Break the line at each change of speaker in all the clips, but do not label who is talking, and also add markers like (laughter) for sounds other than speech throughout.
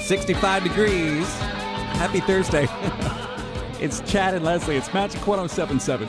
65 degrees. Happy Thursday. (laughs) it's Chad and Leslie. It's Magic 1077.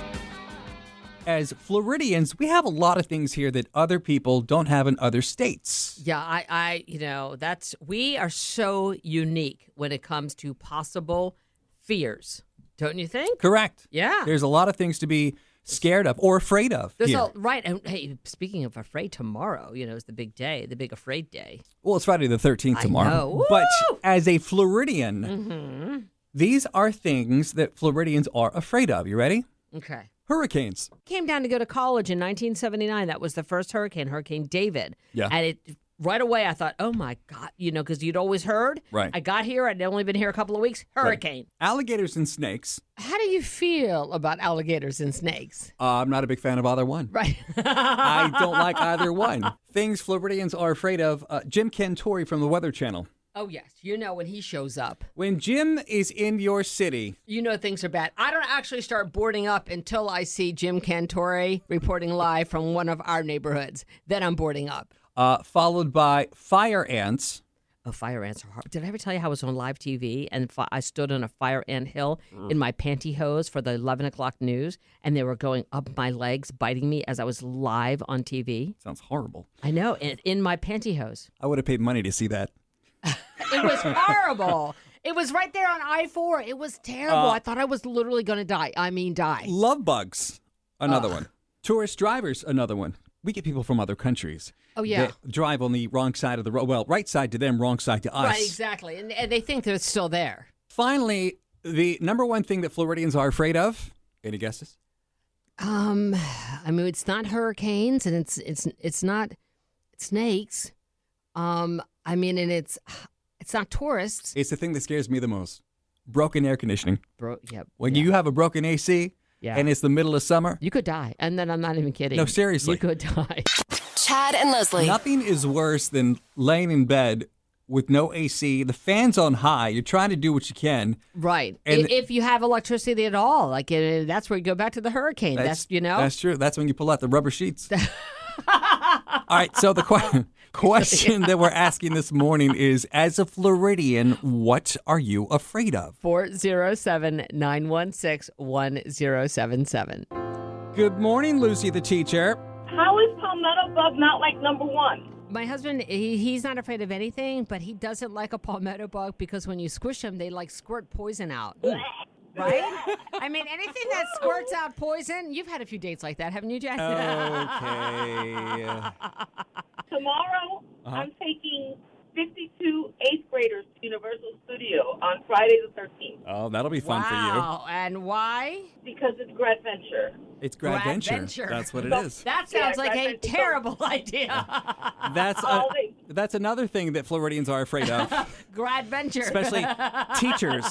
As Floridians, we have a lot of things here that other people don't have in other states.
Yeah, I, I, you know, that's we are so unique when it comes to possible fears, don't you think?
Correct.
Yeah.
There's a lot of things to be scared of or afraid of.
There's
here.
a, right, and hey, speaking of afraid, tomorrow, you know, is the big day, the big afraid day.
Well, it's Friday the 13th
I
tomorrow.
know.
But
Woo! Mm-hmm.
as a Floridian, these are things that Floridians are afraid of. You ready?
Okay.
Hurricanes.
Came down to go to college in 1979. That was the first hurricane, Hurricane David.
Yeah.
And it right away, I thought, oh my god, you know, because you'd always heard.
Right.
I got here. I'd only been here a couple of weeks. Hurricane.
Alligators and snakes.
How do you feel about alligators and snakes?
Uh, I'm not a big fan of either one.
Right. (laughs)
I don't like either one. Things Floridians are afraid of. Uh, Jim Cantori from the Weather Channel.
Oh yes, you know when he shows up,
When Jim is in your city,
you know things are bad. I don't actually start boarding up until I see Jim Cantore reporting live from one of our neighborhoods. Then I'm boarding up.
uh, followed by fire ants.
Oh, fire ants are hard. Did I ever tell you how I was on live TV and fi- I stood on a fire ant hill in my pantyhose for the 11 o'clock news and they were going up my legs, biting me as I was live on TV?
Sounds horrible.
I know, in, in my pantyhose.
I would have paid money to see that.
It (laughs) was horrible. It was right there on I 4. It was terrible. I thought I was literally going to die. I mean, die.
Love bugs, another one. Tourist drivers, another one. We get people from other countries.
Oh, yeah.
that drive on the wrong side of the road. Well, right side to them, wrong side to us.
Right, exactly. And, and they think they're still there.
Finally, the number one thing that Floridians are afraid of. Any guesses?
Um, I mean, it's not hurricanes, and it's it's it's not snakes. Um, I mean, and it's it's not tourists.
It's the thing that scares me the most. Broken air conditioning.
Bro, yeah,
When you have a broken AC
Yeah.
and it's the middle of summer,
you could die, and then I'm not even kidding.
No, seriously.
you could die. (laughs)
Chad and Leslie.
nothing is worse than laying in bed with no AC, the fan's on high, you're trying to do what you can.
Right. I-
And-
if you have electricity at all, like uh, that's where you go back to the hurricane. That's, you know.
That's true. That's when you pull out the rubber
(laughs)
sheets. All right, so the que- (laughs) question that we're asking this morning is as a Floridian, what are you afraid of?
407 916 1077.
Good morning, Lucy the teacher.
How is palmetto bug not like number one?
My husband, he, he's not afraid of anything, but he doesn't like a palmetto bug because when you squish them, they like squirt poison out. Right? I mean, anything that squirts out poison, you've had a few dates like that, haven't you, Jack? (laughs)
Okay.
(laughs) Tomorrow, I'm taking 52 eighth graders to Universal Studio on Friday the 13th
Oh, that'll be fun for
wow. And why?
because it's Grad Venture.
you. It's grad
Gradventure.
That's what it
Well,
is.
That sounds
Yeah,
like a
Gradventure.
terrible (laughs)
(laughs)
idea.
That's a,
I'll be-
that's another thing that Floridians are afraid of,
Grad venture.
especially teachers.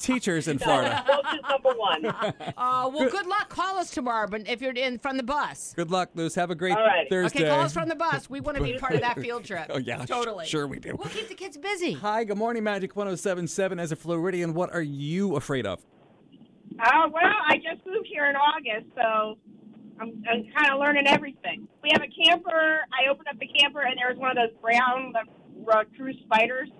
Teachers in
(laughs)
Florida.
Those is number one.
Uh, well, good luck. Call us tomorrow but if you're in from the bus.
Good luck, Luce. Have a great
All right.
Thursday.
Okay, call us from the bus. We want to be part of that field trip.
(laughs) oh yeah, sh-
Totally.
Sure we do.
We'll keep the kids busy.
Hi, good morning, Magic 1077. As a Floridian, what are you afraid of?
Oh, well, I just moved here in August, so I'm, I'm kind of learning everything. We have a camper. I opened up the camper, and there was one of those brown the, recluse spiders.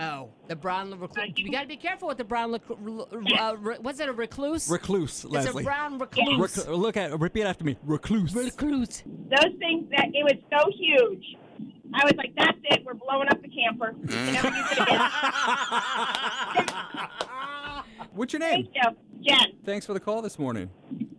Oh, the brown recluse. You got to be careful with the brown recluse. Uh, re- was it a recluse?
Recluse,
it's
Leslie.
a brown recluse.
Reclu- look at repeat after me. Recluse.
recluse.
Those things that it was so huge. I was like, "That's it. We're blowing up the camper." You never use it again.
(laughs) What's your
Thank
name?
you, Jen.
Thanks for the call this morning.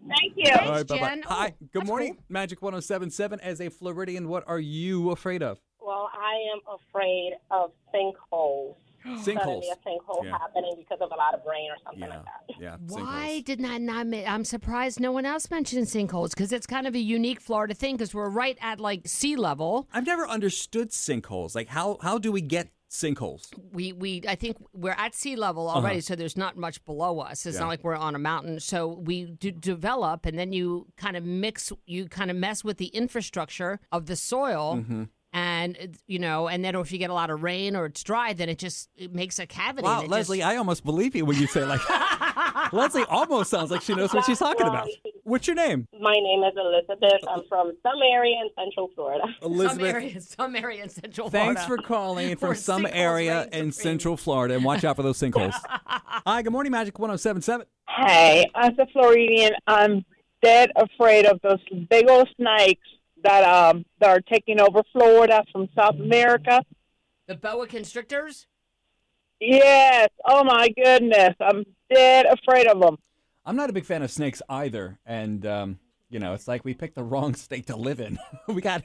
Thank you.
All
Uh,
right, bye-bye. Jen. Oh,
Hi, good
that's
morning,
cool.
Magic 1077. As a Floridian, what are you afraid of?
Well, I am afraid of
(gasps)
sinkholes.
Sinkholes.
Suddenly a sinkhole
Yeah.
happening because of a lot of rain or something
Yeah,
like that.
yeah.
Why
sinkholes.
did not I ma- I'm surprised no one else mentioned sinkholes because it's kind of a unique Florida thing because we're right at like sea level.
I've never understood sinkholes. Like, how how do we get sinkholes?
we we I think we're at sea level already, so there's not much below us. It's
Uh-huh. Yeah.
not like we're on a mountain. So we do develop,
Mm-hmm.
and then you kind of mix, you kind of mess with the infrastructure of the soil, and and it's- you know, and then if you get a lot of rain or it's dry, then it just it makes a cavity.
Wow,
and it
Leslie,
just-
I almost believe you when you say like. (laughs) Leslie almost sounds like she knows what she's talking about. What's your name?
My name is Elizabeth. I'm from some area in Central Florida.
some areas, some area (laughs) in Central
Thanks for
Florida.
calling
Where
from some
sinkholes
area
reign
in
supreme.
Central Florida, and watch out for those sinkholes.
(laughs)
Hi, good morning, Magic 1077.
Hey, as a Floridian, I'm dead afraid of those big old snakes that um that are taking over Florida from South America.
the boa constrictors.
Yes. Oh my goodness, I'm dead afraid of them.
I'm not a big fan of snakes either, and um, you know it's like we picked the wrong state to live in. (laughs) we got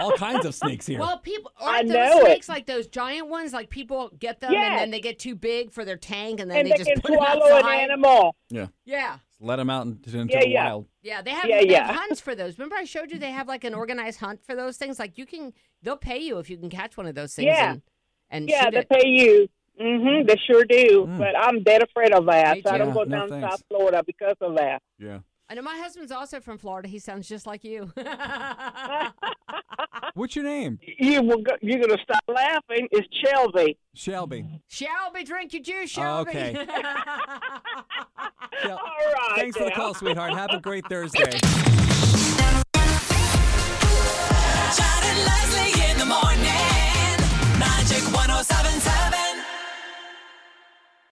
all kinds of snakes here.
(laughs) Well, people aren't
know
those
it.
snakes like those giant ones? Like people get them and then
Yes.
they get too big for their tank, and then
And
they,
they,
just
can
put 'em
swallow an
outside.
animal.
yeah,
Yeah,
let them out into, into
Yeah,
the
yeah.
wild.
yeah. They have,
Yeah,
they
yeah.
have hunts for those. Remember, I showed you they have like an organized hunt for those things. Like you can, they'll pay you if you can catch one of those things.
Yeah.
and, and
Yeah,
shoot
they
it.
pay you. Mhm, they sure do.
Mm.
But I'm dead afraid of that.
Me
So I
too.
don't go
No,
down
thanks.
South Florida because of that.
Yeah.
I know my husband's also from Florida. He sounds just like you. (laughs)
What's your name?
You will go, you're gonna stop laughing. It's Shelby.
Shelby.
Shelby, drink your juice, Shelby. (laughs)
Okay.
All right.
Thanks for the
now.
call, sweetheart. Have a great Thursday.